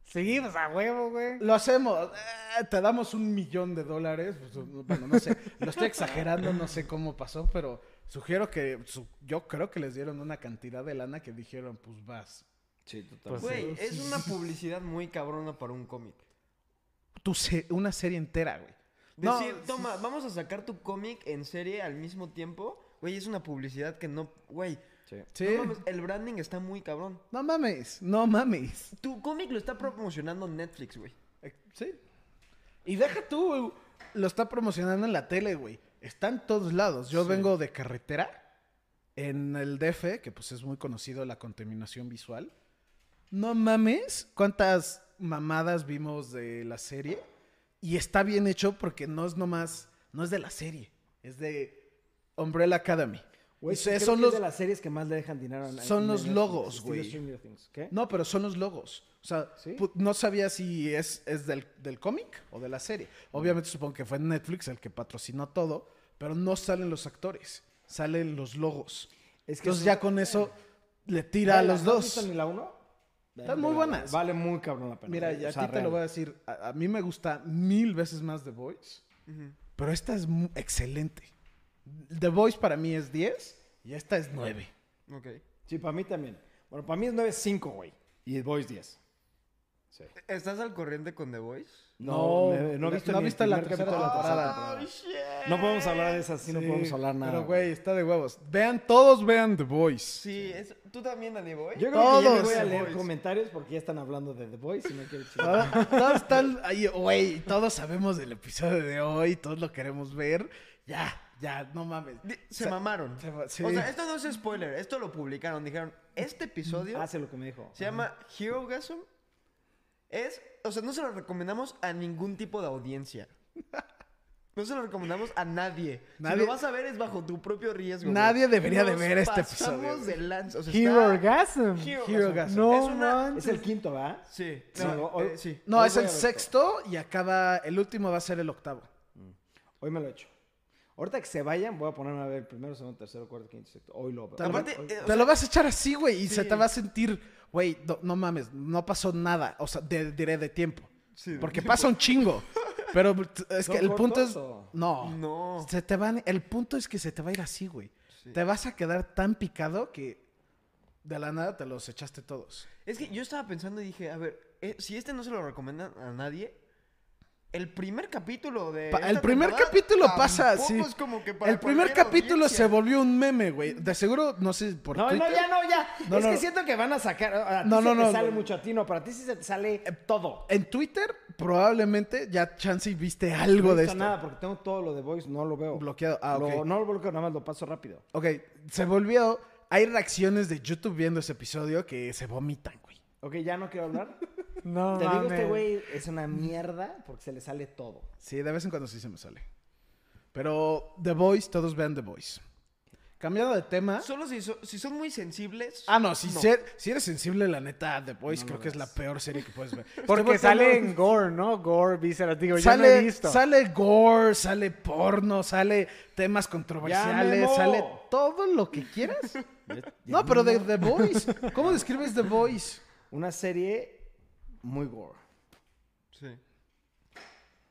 S4: Sí, pues a huevo, güey.
S2: Lo hacemos. eh, te damos un millón de dólares. pues, uh, bueno, no sé. Lo estoy exagerando, no sé cómo pasó, pero sugiero que, su- yo creo que les dieron una cantidad de lana que dijeron, pues vas.
S1: Sí,
S4: Pues sí.
S3: Güey, es una publicidad muy cabrona para un cómic.
S2: Tu se- una serie entera, güey. No,
S3: Decir, toma, vamos a sacar tu cómic en serie al mismo tiempo. Güey, es una publicidad que no. Güey,
S2: sí.
S3: no mames, el branding está muy cabrón.
S2: No mames, no mames.
S3: Tu cómic lo está promocionando Netflix, güey.
S2: Eh, Sí. Y deja tú, güey, Lo está promocionando en la tele, güey. Está en todos lados. Yo vengo de carretera. En el DF, que pues es muy conocido la contaminación visual. No mames, cuántas mamadas vimos de la serie. Y está bien hecho porque no es nomás, no es de la serie, es de Umbrella Academy.
S1: Güey,
S2: O sea,
S1: creo
S2: son
S1: que es
S2: los,
S1: de las series que más le dejan dinero a a-
S2: son
S1: a
S2: los
S1: Netflix,
S2: logos,
S1: estilo
S2: güey.
S1: Stranger Things. ¿Qué?
S2: No, pero son los logos. O sea,
S1: ¿Sí?
S2: pu- no sabía si es, es del, del cómic o de la serie. Obviamente supongo que fue Netflix el que patrocinó todo, pero no salen los actores, salen los logos.
S1: Es que
S2: Entonces
S1: son-
S2: ya con eso le tira a
S1: Vela,
S2: los
S1: ¿no has
S2: dos.
S1: visto ni la uno?
S2: Están muy
S1: Vela,
S2: buenas.
S1: Vale muy cabrón la pena.
S2: Mira,
S1: güey,
S2: ya
S1: o
S2: a
S1: sea,
S2: ti te lo
S1: real.
S2: voy a decir. A, a mí me gusta mil veces más The Voice,
S3: Ujú.
S2: pero esta es mu- excelente. The Voice para mí es 10 y esta es 9.
S3: Ok.
S1: Sí, para mí también. Bueno, para mí es 9.5, güey. Y el Voice 10. Sí.
S3: ¿Estás al corriente con The Voice?
S1: No, me- no he visto
S2: no
S1: ni el
S2: viste la
S1: primer
S2: tercera
S1: capítulo de la tercera
S2: temporada.
S1: temporada. No podemos hablar de esas, sí, no
S2: Sí,
S1: podemos hablar nada.
S2: Pero, güey, está de huevos. Vean, todos vean The Voice.
S3: Sí, es- ¿tú también a The Voice?
S1: Yo creo que ya me
S2: Todos.
S1: voy a
S2: The
S1: leer
S3: Voice.
S1: comentarios porque ya están hablando de The Voice y no
S2: [LAUGHS]
S1: quiero chingar.
S2: Todos, todos están ahí, güey, todos sabemos del episodio de hoy, todos lo queremos ver. Ya, ya, no mames.
S3: Di- Se
S2: O sea,
S3: mamaron.
S2: se ma- sí.
S3: O sea, esto no es spoiler, esto lo publicaron. Dijeron, este episodio
S1: Hace Ah, lo que me dijo.
S3: se llama Hero Gasm. Es, o sea, no se lo recomendamos a ningún tipo de audiencia. No se lo recomendamos a nadie. Si
S2: Nadie-
S3: lo vas a ver es bajo tu propio riesgo. güey.
S2: Nadie debería de
S3: Nos
S2: ver este
S3: pasamos
S2: episodio,
S3: de lanza. O sea,
S4: Hero
S3: está-
S4: Orgasm.
S3: Hero
S2: Hero
S3: Gasm.
S2: Gasm.
S4: No,
S3: Es una-
S1: Es
S4: manches.
S1: el quinto, ¿verdad?
S3: Sí,
S1: Sí,
S3: no,
S1: o-
S3: eh, sí.
S2: No,
S1: Hoy
S2: es
S1: voy
S2: el
S1: a ver todo.
S2: sexto y acaba, el último va a ser el octavo.
S1: Hoy me lo he hecho. Ahorita que se vayan, voy a ponerme a ver el primero, segundo, tercero, cuarto, quinto, sexto. Hoy lo veo.
S2: Te, lo-
S3: Aparte,
S2: te
S3: eh, o
S2: lo,
S3: sea-
S2: vas a echar así, güey, y se
S3: Sí.
S2: te va a sentir, güey, no, no mames, no pasó nada, o sea, de- diré de tiempo.
S3: Sí, de
S2: porque pasa un chingo. Pero t- es
S1: ¿Son
S2: que el punto
S1: cortos
S2: es...
S1: o?
S2: No.
S3: No.
S2: Se te van, el punto es que se te va a ir así, güey.
S3: Sí.
S2: Te vas a quedar tan picado que de la nada te los echaste todos.
S3: Es que yo estaba pensando y dije, a ver, eh, si este no se lo recomiendan a nadie, el primer capítulo de.
S2: Pa-
S3: esta
S2: el primer
S3: temporada
S2: capítulo pasa
S3: tampoco
S2: así.
S3: es como que para
S2: El primer
S3: cualquier
S2: capítulo se
S3: audiencia.
S2: volvió un meme, güey. De seguro, no sé por
S1: No, no,
S2: Twitter.
S1: ya, no, ya.
S2: No,
S1: es
S2: no,
S1: que
S2: no.
S1: siento que van a sacar. A ti
S2: No,
S1: se
S2: no,
S1: te
S2: no,
S1: sale
S2: no. Eh,
S1: mucho a ti, no, para ti sí se te sale todo.
S2: En Twitter, probablemente ya Chansey viste algo
S1: No he
S2: de
S1: visto
S2: esto.
S1: nada porque tengo todo lo de Voice, no lo veo.
S2: Bloqueado. Ah,
S1: Lo-
S2: ok.
S1: no lo bloqueo, nada más lo paso rápido.
S2: Ok, se volvió. Hay reacciones de YouTube viendo ese episodio que se vomitan, güey.
S1: Ok, ya no quiero
S2: [LAUGHS]
S1: hablar.
S4: No,
S1: Te digo, este
S4: mames.
S1: güey es una mierda porque se le sale todo.
S2: Sí, de vez en cuando sí se me sale. Pero The Voice, todos vean The Voice. Cambiado de tema.
S3: Solo si, so- si son muy sensibles.
S2: Ah, no, si, ser- si eres sensible, la neta, The Voice creo que es la peor serie que puedes ver.
S4: Porque
S2: Estoy
S4: sale
S2: volteando-
S4: en Gore, ¿no? Gore, vísceras. Digo, yo no he
S2: sale,
S4: visto. [LAUGHS]
S2: sale gore, sale porno, sale temas controversiales,
S1: Memo!
S2: Pues sale todo lo que
S1: [LAUGHS]
S2: quieras. no, pero de The Voice. ¿Cómo describes The Voice?
S1: Una serie muy gore.
S3: Sí.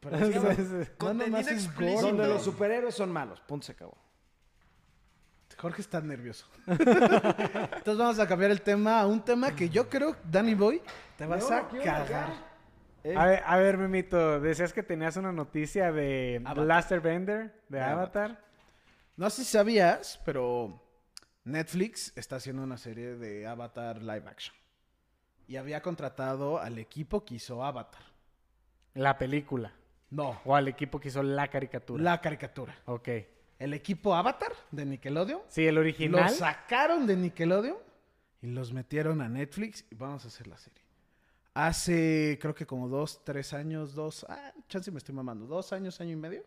S2: Pero es que no-
S4: Sí, sí.
S2: no
S3: Contenido
S2: nomás es
S3: explícito.
S2: gore,
S1: Donde
S2: güey.
S1: los superhéroes son malos. Punto se acabó.
S2: Jorge está nervioso. Entonces vamos a cambiar el tema a un tema que yo creo, Danny Boy, te vas
S1: No,
S2: a
S1: quiero
S2: cagar.
S1: cagar.
S4: eh, A ver, a ver, Memito, decías que tenías una noticia de
S2: Avatar.
S4: Blaster Bender, de
S2: De Avatar.
S4: Avatar.
S2: No sé si sabías, pero Netflix está haciendo una serie de Avatar live action. Y había contratado al equipo que hizo Avatar.
S4: La película.
S2: No,
S4: O al equipo que hizo la caricatura.
S2: la caricatura.
S4: Ok.
S2: el equipo Avatar de Nickelodeon.
S4: Sí, el original.
S2: Los sacaron de Nickelodeon y los metieron a Netflix y vamos a hacer la serie. Hace, creo que como dos, tres años, dos, ah, chance me estoy mamando, dos años, año y medio,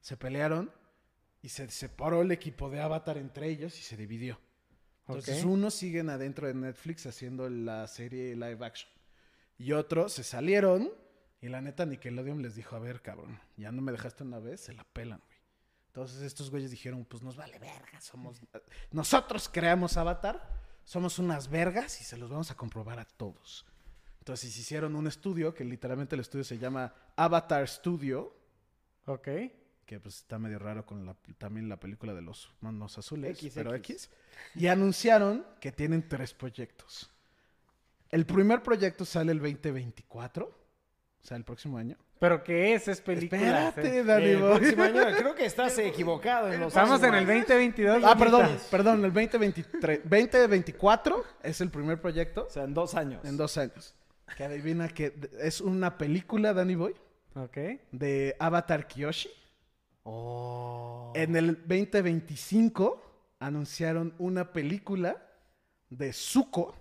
S2: se pelearon y se separó el equipo de Avatar entre ellos y se dividió. Entonces,
S4: Ok.
S2: unos siguen adentro de Netflix haciendo la serie live action y otros se salieron y la neta Nickelodeon les dijo, a ver, cabrón, ya no me dejaste una vez, se la pelan, güey. Entonces estos güeyes dijeron, pues nos vale verga, somos... Nosotros creamos Avatar, somos unas vergas y se los vamos a comprobar a todos. Entonces hicieron un estudio, que literalmente el estudio se llama Avatar Studio,
S4: Ok.
S2: que pues está medio raro con la- también la película de los manos azules,
S1: XX.
S2: pero X. Y anunciaron que tienen tres proyectos. El primer proyecto sale el 2024, o sea, el próximo año.
S4: Pero ¿qué es? Es película. eh,
S2: Espérate,
S1: El
S2: Dani. Boy.
S1: próximo año, creo que estás equivocado. En los
S4: Estamos en
S1: próximos
S4: el
S1: años.
S4: 2022.
S2: Ah, perdón,
S4: amiguitas.
S2: perdón, el 2023, 2024 es el primer proyecto
S1: O sea, en dos años.
S2: en dos años. Que adivina que es una película, Danny Boy,
S4: Ok.
S2: de Avatar Kyoshi.
S4: Oh.
S2: En el 2025 anunciaron una película de Zuko.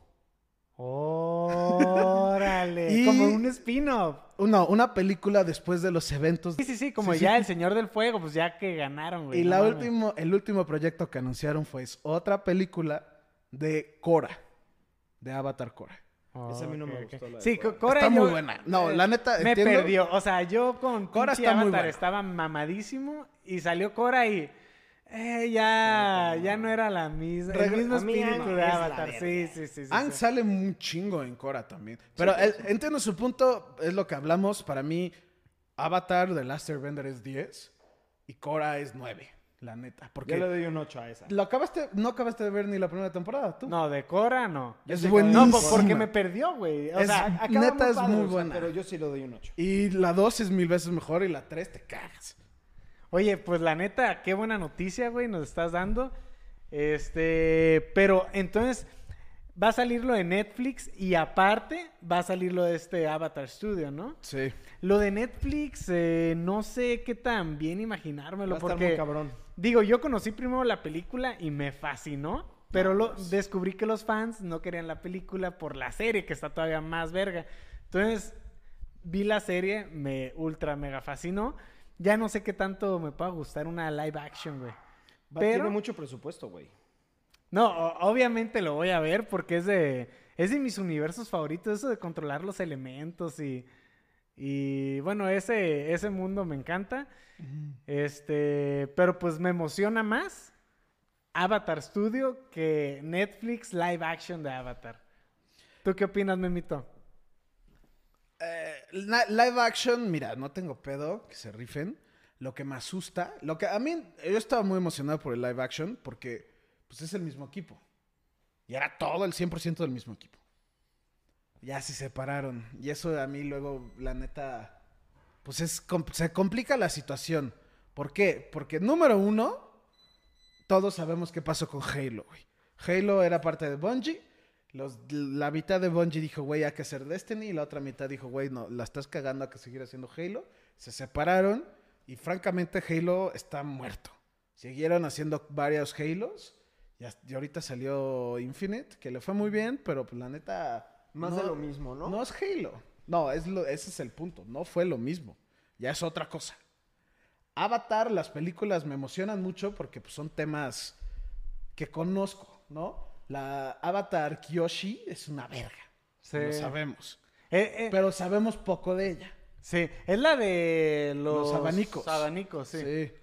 S4: [LAUGHS] Órale.
S2: Y-
S4: Como un spin-off.
S2: No, una película después de los eventos.
S4: Sí, sí, sí, como
S2: Sí, sí.
S4: ya el Señor del Fuego, pues ya que ganaron, güey.
S2: Y
S4: no
S2: la
S4: mames.
S2: último, el último proyecto que anunciaron fue es otra película de Korra, de Avatar Korra.
S1: Esa a mí no me
S4: Ok,
S1: gustó,
S4: ok.
S1: la de
S4: Sí,
S1: Cora.
S4: Cora
S2: Está muy buena. No, la neta,
S4: Me
S2: entiendo.
S4: perdió. O sea, yo con
S2: Cora
S4: Cora
S2: está muy
S4: Avatar
S2: buena.
S4: estaba mamadísimo y salió Cora y eh, ya, ya no era la misma. El
S1: Regre-
S4: mismo
S1: a mí
S4: espíritu
S1: Ang
S4: de
S1: es la
S4: Avatar.
S1: verga.
S4: Sí, sí, sí. sí,
S2: Ang
S4: sí.
S2: sale un chingo en Korra también. Pero el- entiendo su punto, es lo que hablamos. Para mí, Avatar de Last Airbender es 10 y Korra es 9, la neta.
S1: Yo
S2: Porque
S1: le doy un 8 a esa.
S2: lo acabaste, no acabaste de ver ni la primera temporada, tú.
S4: No, de Cora no.
S2: es
S4: No,
S2: buenísima.
S4: pues porque me perdió, güey. O
S2: Es-
S4: sea,
S1: Acaba
S2: neta es
S1: padre,
S2: muy
S1: o sea,
S2: buena.
S1: Pero yo sí le doy un 8.
S2: Y la 2 es mil veces mejor y la 3 te cagas.
S4: Oye, pues la neta, qué buena noticia, güey, nos estás dando. Este, pero entonces va a salir lo de Netflix y aparte va a salir lo de este Avatar Studio, ¿no?
S2: Sí.
S4: Lo de Netflix, eh, no sé qué tan bien imaginármelo
S1: Va a estar muy
S4: porque
S1: cabrón.
S4: digo, yo conocí primero la película y me fascinó, pero lo,
S1: pues.
S4: descubrí que los fans no querían la película por la serie que está todavía más verga. Entonces, vi la serie, me ultra mega fascinó. Ya no sé qué tanto me pueda gustar una live action, güey.
S1: Va-
S4: Pero
S1: Tiene mucho presupuesto, güey.
S4: no, o- obviamente lo voy a ver porque es de es de mis universos favoritos, eso de controlar los elementos y y bueno, ese ese mundo me encanta. Este, pero pues me emociona más Avatar Studio que Netflix live action de Avatar. ¿Tú qué opinas, Memito?
S2: Eh, live action, mira, no tengo pedo que se rifen. Lo que me asusta, lo que a mí, yo estaba muy emocionado por el live action porque pues es el mismo equipo. Y era todo el 100% del mismo equipo. Ya se separaron. Y eso a mí luego, la neta, pues es, com- se complica la situación. ¿Por qué? Porque número uno, todos sabemos qué pasó con Halo, güey. Halo era parte de Bungie. Los, la mitad de Bungie dijo, güey, hay que hacer Destiny. Y la otra mitad dijo, güey, no, la estás cagando, hay que seguir haciendo Halo. Se separaron y francamente Halo está muerto. Siguieron haciendo varios Halos. Y, hasta- y ahorita salió Infinite, que le fue muy bien, pero pues, la neta...
S3: Más de lo mismo, ¿no?
S2: No es Halo. No, es lo- ese es el punto. No fue lo mismo. Ya es otra cosa. Avatar, las películas me emocionan mucho porque pues, son temas que conozco, ¿no? La Avatar Kyoshi es una verga.
S4: Sí.
S2: Lo sabemos.
S4: Eh, eh,
S2: Pero sabemos poco de ella.
S4: sí, es la de los,
S2: Los abanicos.
S4: abanicos, sí.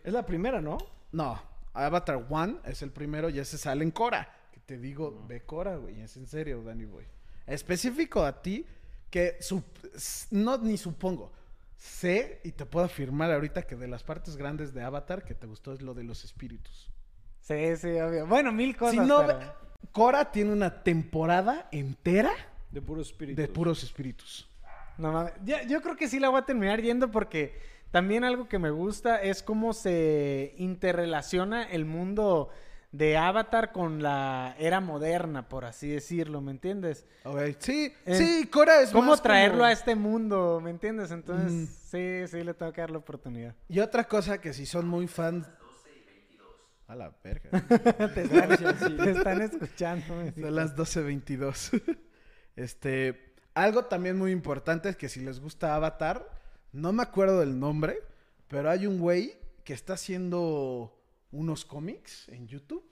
S1: Es la primera, ¿no?
S2: No, Avatar One es el primero y ese sale en Cora. Que te digo, ve Cora, güey. Es en serio, Danny Boy. Específico a ti, que sup- s- no ni supongo. Sé y te puedo afirmar ahorita que de las partes grandes de Avatar que te gustó es lo de los espíritus.
S4: Sí, sí, obvio. Bueno, mil cosas.
S2: si no,
S4: pero-
S2: ve- Cora tiene una temporada entera
S1: De puro espíritu.
S2: de puros espíritus.
S4: No mames. Ya- Yo, creo que sí la voy a terminar yendo porque también algo que me gusta es cómo se interrelaciona el mundo de Avatar con la era moderna, por así decirlo, ¿me entiendes?
S2: Ok, Sí,
S4: Eh,
S2: sí, Cora es
S4: ¿Cómo
S2: más
S4: traerlo
S2: como-
S4: a este mundo? ¿Me entiendes?
S2: [LAUGHS]
S4: Entonces, sí, sí, le tengo que dar la oportunidad.
S2: Y otra cosa que si son muy fans. A la verga.
S4: te, están, te están escuchando. me dijo.
S2: Son las 12.22. [LAUGHS] Este, algo también muy importante es que si les gusta Avatar, no me acuerdo del nombre, pero hay un güey que está haciendo unos cómics en YouTube.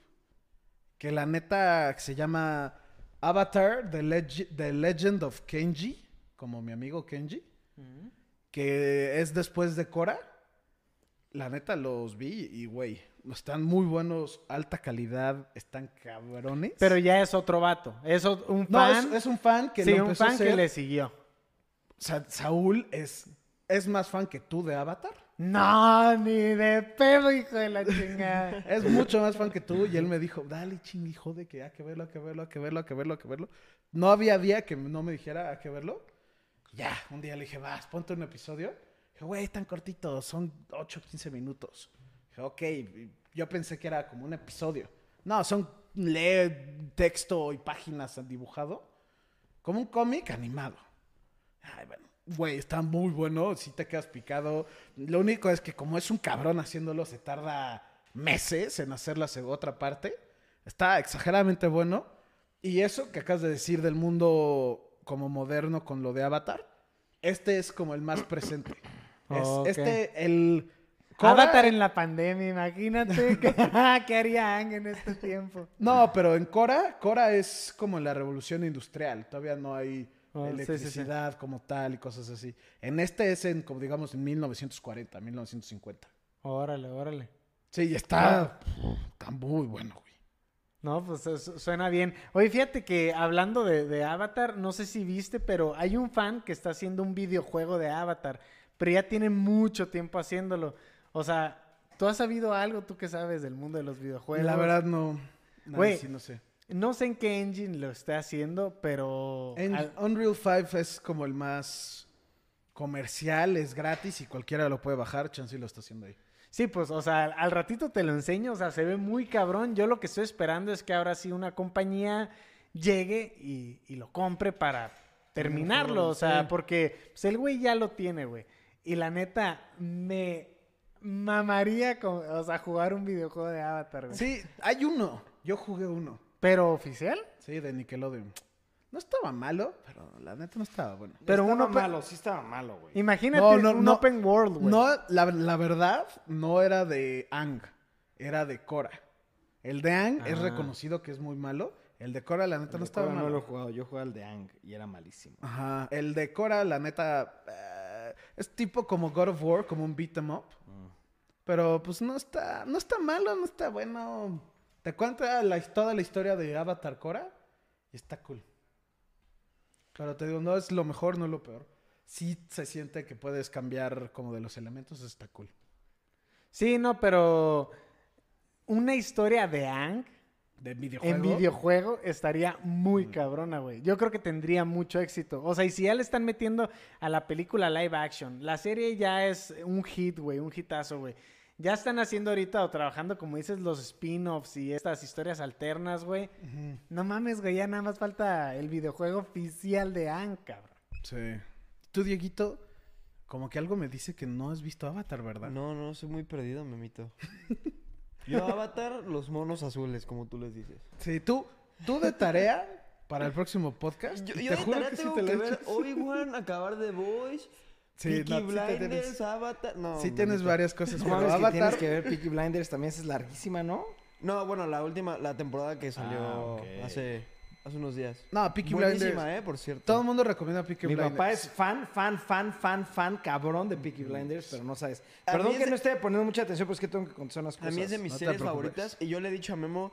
S2: Que la neta se llama Avatar The, Leg- The Legend of Kenji, como mi amigo Kenji, que es después de Korra. La neta los vi y güey, están muy buenos, alta calidad, están cabrones.
S4: Pero ya es otro vato. Es o- un
S2: No, es,
S4: fan.
S2: es un fan que
S4: sí,
S2: lo
S4: un
S2: empezó a
S4: fan que
S2: hacer.
S4: le siguió.
S2: Sa- Saúl es, es más fan que tú de Avatar.
S4: No, ni de pedo, hijo de la
S2: [LAUGHS]
S4: chingada.
S2: Es mucho más fan que tú. Y él me dijo, dale, chingui, jode, que hay que verlo, hay que verlo, hay que verlo, hay que verlo, hay que verlo. No había día que no me dijera, hay que verlo. Ya, un día le dije, vas, ponte un episodio. Dije, güey, tan cortito, son 8, 15 minutos. Dije, ok, y yo pensé que era como un episodio. No, son, lee texto y páginas dibujado. Como un cómic animado. Ay, bueno, güey, está muy bueno, si te quedas picado. Lo único es que como es un cabrón haciéndolo, se tarda meses en hacer la seg- otra parte. Está exageradamente bueno. Y eso que acabas de decir del mundo como moderno con lo de Avatar, este es como el más presente. Es-
S4: Ok.
S2: Este, el...
S4: Avatar en la pandemia, imagínate. [LAUGHS] que- ¿Qué haría Ang en este tiempo?
S2: No, pero en Cora, Cora es como la revolución industrial. Todavía no hay
S4: Ah, sí, sí, sí.
S2: electricidad como tal y cosas así. En este es en, como digamos, en 1940, 1950.
S4: Órale, órale.
S2: Sí, y
S4: Ah.
S2: está, está muy bueno, güey.
S4: No, pues su- suena bien. Oye, fíjate que hablando de, de Avatar, no sé si viste, pero hay un fan que está haciendo un videojuego de Avatar, pero ya tiene mucho tiempo haciéndolo. O sea, ¿tú has sabido algo, tú que sabes del mundo de los videojuegos?
S2: la verdad, no. no,
S4: Güey.
S2: sí, no sé.
S4: No sé en qué engine lo esté haciendo, pero...
S2: En-
S4: al-
S2: Unreal 5 es como el más comercial, es gratis y cualquiera lo puede bajar. Chansey lo está haciendo ahí.
S4: Sí, pues, o sea, al ratito te lo enseño, o sea, se ve muy cabrón. Yo lo que estoy esperando es que ahora sí una compañía llegue y, y lo compre para terminarlo, o sea,
S2: Sí.
S4: porque pues, el güey ya lo tiene, güey. Y la neta, me mamaría, con- o sea, jugar un videojuego de Avatar, güey.
S2: Sí, hay uno. Yo jugué uno.
S4: Pero oficial.
S2: Sí, de Nickelodeon. No estaba malo, pero la neta no estaba bueno.
S4: Pero
S1: estaba
S4: uno pe-
S1: malo, sí estaba malo, güey.
S4: Imagínate
S2: No, no,
S4: un
S2: no.
S4: open world, güey.
S2: No, la, la verdad, no era de Ang, era de Cora. El de Ang es
S4: Ah.
S2: reconocido que es muy malo. El de Cora, la neta, no estaba
S1: no
S2: malo.
S1: lo he jugado, yo jugaba al de Ang y era malísimo.
S2: Ajá. El de Cora, la neta, eh, es tipo como God of War, como un beat 'em up. Pero pues no está, no está malo, no está bueno. Te cuenta la, toda la historia de Avatar Cora y está cool. Pero te digo, no es lo mejor, no es lo peor. Sí se siente que puedes cambiar como de los elementos, está cool.
S4: Sí, no, pero una historia de Ang
S2: De videojuego. Mm.
S4: En videojuego estaría muy cabrona, güey. Yo creo que tendría mucho éxito. O sea, y si ya le están metiendo a la película live action, la serie ya es un hit, güey, un hitazo, güey. Ya están haciendo ahorita o trabajando, como dices, los spin-offs y estas historias alternas, güey.
S2: Ujú.
S4: No mames, güey, ya nada más falta el videojuego oficial de Anne, cabrón.
S2: Sí. Tú, Dieguito, como que algo me dice que no has visto Avatar, ¿verdad?
S3: No, no, soy muy perdido,
S2: [LAUGHS]
S3: memito. Yo Avatar, los monos azules, como tú les dices.
S2: Sí, tú, tú de tarea para el próximo podcast.
S3: Yo,
S2: y
S3: yo de tarea
S2: sí
S3: tengo
S2: te
S3: que
S2: la
S3: ver
S2: echas.
S3: Obi-Wan, acabar de Boys,
S2: Sí,
S3: Peaky
S2: no, sí te
S3: Blinders,
S2: tienes-
S3: Avatar... No,
S2: Sí tienes
S3: memito.
S2: varias cosas,
S1: No
S2: pero
S1: mames, que tienes
S2: Avatar...
S1: que ver Peaky Blinders también, esa es larguísima, ¿no?
S3: No, bueno, la última, la temporada que salió
S1: Ah, ok.
S3: hace, hace unos días.
S2: No, Peaky
S3: Buenísima,
S2: Blinders.
S3: eh, por cierto.
S2: Todo el mundo recomienda Peaky
S1: Mi
S2: Blinders.
S1: papá es fan, fan, fan, fan, fan, cabrón de Peaky Blinders, pero no sabes.
S3: A mí
S1: Perdón
S3: es
S1: que
S3: de-
S1: no esté poniendo mucha atención, pero es que tengo que contestar unas
S3: A
S1: cosas.
S3: mí es de mis
S2: no te
S3: series
S2: preocupes.
S3: favoritas y yo le he dicho a Memo...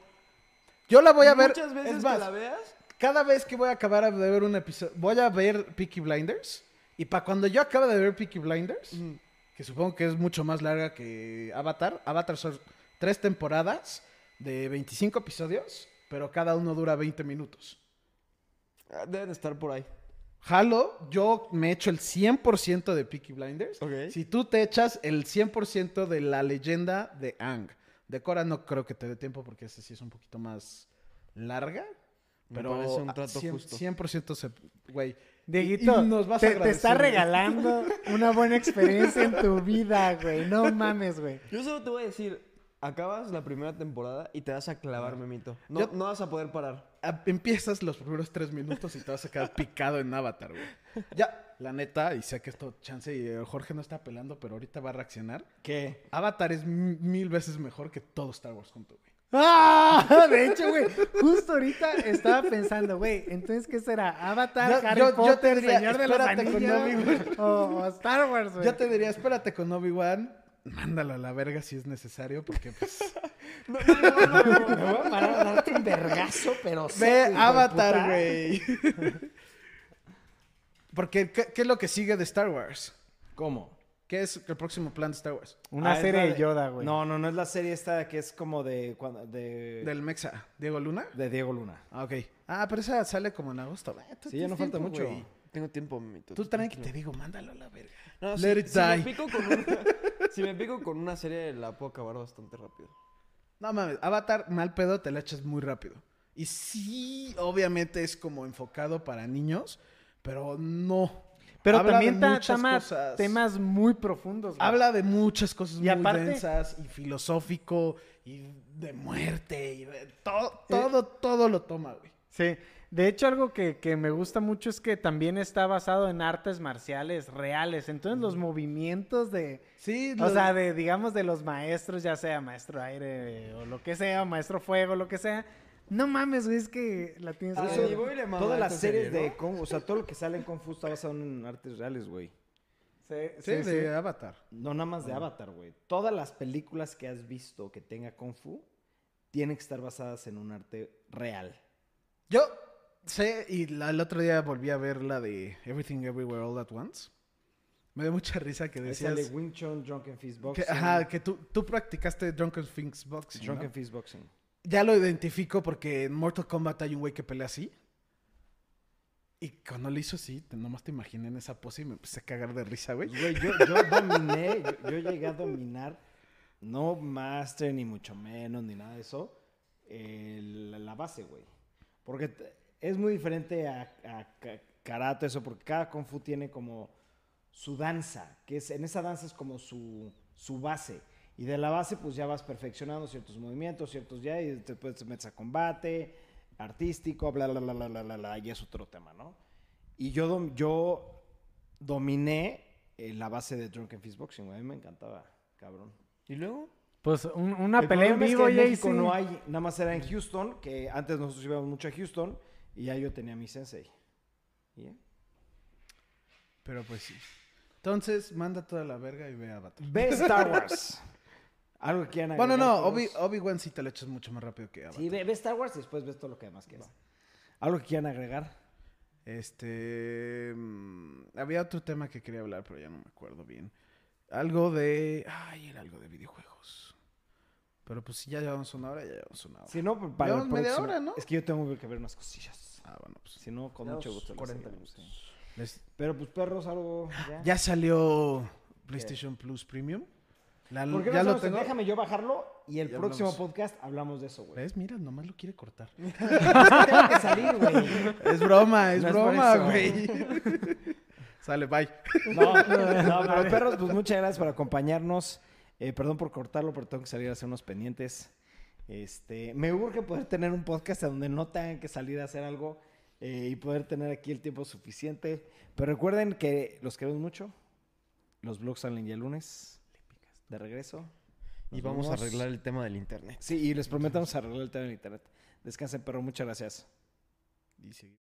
S2: Yo la voy a ver...
S3: Muchas veces
S2: es
S3: que
S2: más,
S3: la veas...
S2: cada vez que voy a acabar de ver un episodio... Voy a ver Peaky Blinders. Y para cuando yo acabe de ver Peaky Blinders...
S3: mm,
S2: que supongo que es mucho más larga que Avatar. Avatar son tres temporadas de 25 episodios, pero cada uno dura 20 minutos.
S3: ah, Deben estar por ahí.
S2: Halo, yo me echo el 100% de Peaky Blinders.
S3: Ok.
S2: Si tú te echas el 100% de la leyenda de Ang. De Cora no creo que te dé tiempo porque ese sí es un poquito más larga.
S3: Me
S2: Pero
S3: parece un
S2: a-
S3: trato
S2: 100%,
S3: justo.
S2: 100% se- güey.
S4: Dieguito,
S2: Y- y nos vas a
S4: te, te está
S2: agradecer, güey.
S4: regalando una buena experiencia en tu vida, güey. No mames, güey.
S3: Yo solo te voy a decir, acabas la primera temporada y te vas a clavar, Memito. No,
S2: Yo-
S3: no vas a poder parar.
S2: Ah, Empiezas los primeros tres minutos y te vas a quedar picado en Avatar, güey.
S4: [LAUGHS]
S2: Ya, la neta, y sé que esto chance y eh, Jorge no está apelando, pero ahorita va a reaccionar.
S1: ¿Qué?
S2: Avatar es mi- mil veces mejor que todo Star Wars junto, güey.
S4: ¡Ah! De hecho,
S2: [LAUGHS]
S4: güey, justo ahorita estaba pensando, güey, entonces, ¿qué será? ¿Avatar,
S2: Yo-
S4: Harry
S2: yo- yo
S4: Potter,
S2: te diría,
S4: Señor de los
S2: espérate con Obi-Wan.
S4: Anillos o, o Star Wars, güey?
S2: Yo te diría, espérate con Obi-Wan, mándalo a la verga si es necesario, porque
S1: [LAUGHS]
S2: pues...
S4: [LAUGHS]
S1: Me voy a parar a darte un vergazo, pero sí.
S2: Ve
S1: hijo de puta.
S2: Avatar, güey.
S1: [LAUGHS]
S2: porque, ¿qué, qué es lo que sigue de Star Wars?
S1: ¿Cómo?
S2: ¿Qué es el próximo plan de Star Wars?
S4: Una
S1: Ah, es
S4: serie
S1: la
S4: de Yoda, güey.
S1: No, no, no es la serie esta que es como de. cuando- de,
S2: Del Mexa, Diego Luna.
S1: de Diego Luna.
S2: Ah, ok. Ah, pero esa sale como en agosto. Eh, tú
S1: Sí, ya no
S2: tienes
S1: falta
S2: tiempo,
S1: mucho.
S2: güey.
S3: Tengo tiempo, Memito.
S2: Tú tranqui, te digo, mándalo a la verga.
S3: No,
S2: Let
S3: si,
S2: it
S3: si me
S2: die.
S3: pico con una, [LAUGHS] si me pico con una serie, la puedo acabar bastante rápido.
S2: No mames, Avatar, mal pedo, te la echas muy rápido. Y sí, obviamente es como enfocado para niños, pero no.
S4: Pero
S2: Habla de
S4: también ta-
S2: muchas
S4: tama-
S2: cosas.
S4: temas muy profundos, güey.
S2: Habla de muchas cosas
S4: Y
S2: muy
S4: aparte-
S2: densas y filosófico y de muerte y de
S4: Eh,
S2: todo, todo, todo lo toma, güey.
S4: Sí. De hecho, algo que, que me gusta mucho es que también está basado en artes marciales reales. Entonces, los movimientos de...
S2: Sí,
S4: O
S2: lo-
S4: sea, de, digamos, de los maestros, ya sea maestro aire eh, o lo que sea, maestro fuego, lo que sea. No mames, güey, es que la tienes
S3: Ah,
S4: que
S1: Eso-
S4: ver.
S3: y voy y le mama
S1: todas las
S3: esta
S1: series
S3: serie,
S1: de Kung, o sea, todo lo que sale en Kung Fu está basado en artes reales, güey.
S4: Sí,
S2: sí,
S4: sí,
S2: de
S4: sí.
S2: Avatar.
S1: No nada más de
S2: Ah.
S1: Avatar, güey. Todas las películas que has visto que tenga Kung Fu tienen que estar basadas en un arte real.
S2: Yo sé, y la- el otro día volví a ver la de Everything Everywhere All at Once. Me dio mucha risa que
S1: Ahí
S2: decías.
S1: sale Wing Chun, Drunken Fist
S2: Que,
S1: Boxing.
S2: ajá, que tú, tú practicaste Drunken Things Boxing. ¿no?
S1: Drunken Fist Boxing.
S2: Ya lo identifico porque en Mortal Kombat hay un güey que pelea así. Y cuando lo hizo así, te- nomás te imaginé en esa pose y me empecé a cagar de risa, güey.
S1: Pues, güey, yo, yo dominé, yo, yo llegué a dominar, no master ni mucho menos, ni nada de eso, el- la, la base, güey. Porque t- es muy diferente a, a ka- karate, eso, porque cada kung fu tiene como su danza, que es, en esa danza es como su, su base. Y de la base, pues ya vas perfeccionando ciertos movimientos, ciertos ya, y después te metes a combate, artístico, bla, bla, bla, bla, bla, bla, bla, y es otro tema, ¿no? Y yo, dom- yo dominé eh, la base de Drunken Fist Boxing, güey. A mí me encantaba, cabrón.
S3: ¿Y luego?
S4: Pues un- una
S1: El
S4: pelea en
S1: problema es
S4: vivo,
S1: que en
S4: Jay,
S1: México
S4: sí.
S1: no hay, nada más era en Houston, que antes nosotros íbamos mucho a Houston y ya yo tenía mi sensei. Y ya.
S2: Pero pues sí. Entonces, manda toda la verga y ve a Avatar.
S1: Ve Star Wars. [LAUGHS] Algo que quieran
S2: Bueno,
S1: agregar,
S2: no, Obi-
S1: todos.
S2: Obi-Wan sí te lo echas mucho más rápido que Avatar.
S1: Sí, ve, ve Star Wars y después ves todo lo que demás quieras. Algo que quieran agregar.
S2: Este. mm, Había otro tema que quería hablar, pero ya no me acuerdo bien. Algo de. Ay, era algo de videojuegos. Pero pues si ya llevamos una hora, ya llevamos una hora.
S1: Si no, pues, para el
S2: Llevamos media
S1: próximo.
S2: hora, ¿no?
S1: Es que yo tengo que ver unas cosillas.
S2: Ah, bueno, pues.
S1: Si no, con
S3: Llevamos
S1: mucho gusto. les
S3: 40
S1: seguimos,
S3: minutos.
S1: sí.
S2: les-
S1: Pero pues perros, algo. Ya.
S2: Ya salió PlayStation Plus Premium. La-
S1: ¿Por qué no
S2: ya lo
S1: hacemos-
S2: tengo.
S1: Déjame yo bajarlo y el
S2: Ya
S1: próximo
S2: hablamos.
S1: podcast hablamos de eso, güey.
S2: ¿Ves? Mira, nomás lo
S1: [LAUGHS]
S2: quiere cortar.
S1: Tengo que salir, [LAUGHS] güey.
S2: Es broma, es
S1: No es por
S2: broma,
S1: eso.
S2: güey. [LAUGHS] Sale, bye.
S1: No, no, pero perros, pues muchas gracias por acompañarnos. Eh, perdón por cortarlo, pero tengo que salir a hacer unos pendientes. Este, me urge poder tener un podcast a donde no tengan que salir a hacer algo eh, y poder tener aquí el tiempo suficiente. Pero recuerden que los queremos mucho. Los blogs salen ya el lunes. De regreso.
S3: Y
S1: Nos
S3: vamos a
S1: vemos.
S3: arreglar el tema del internet.
S1: Sí, y les prometemos arreglar el tema en internet. Descansen, perro. Muchas gracias.
S2: Y seguimos.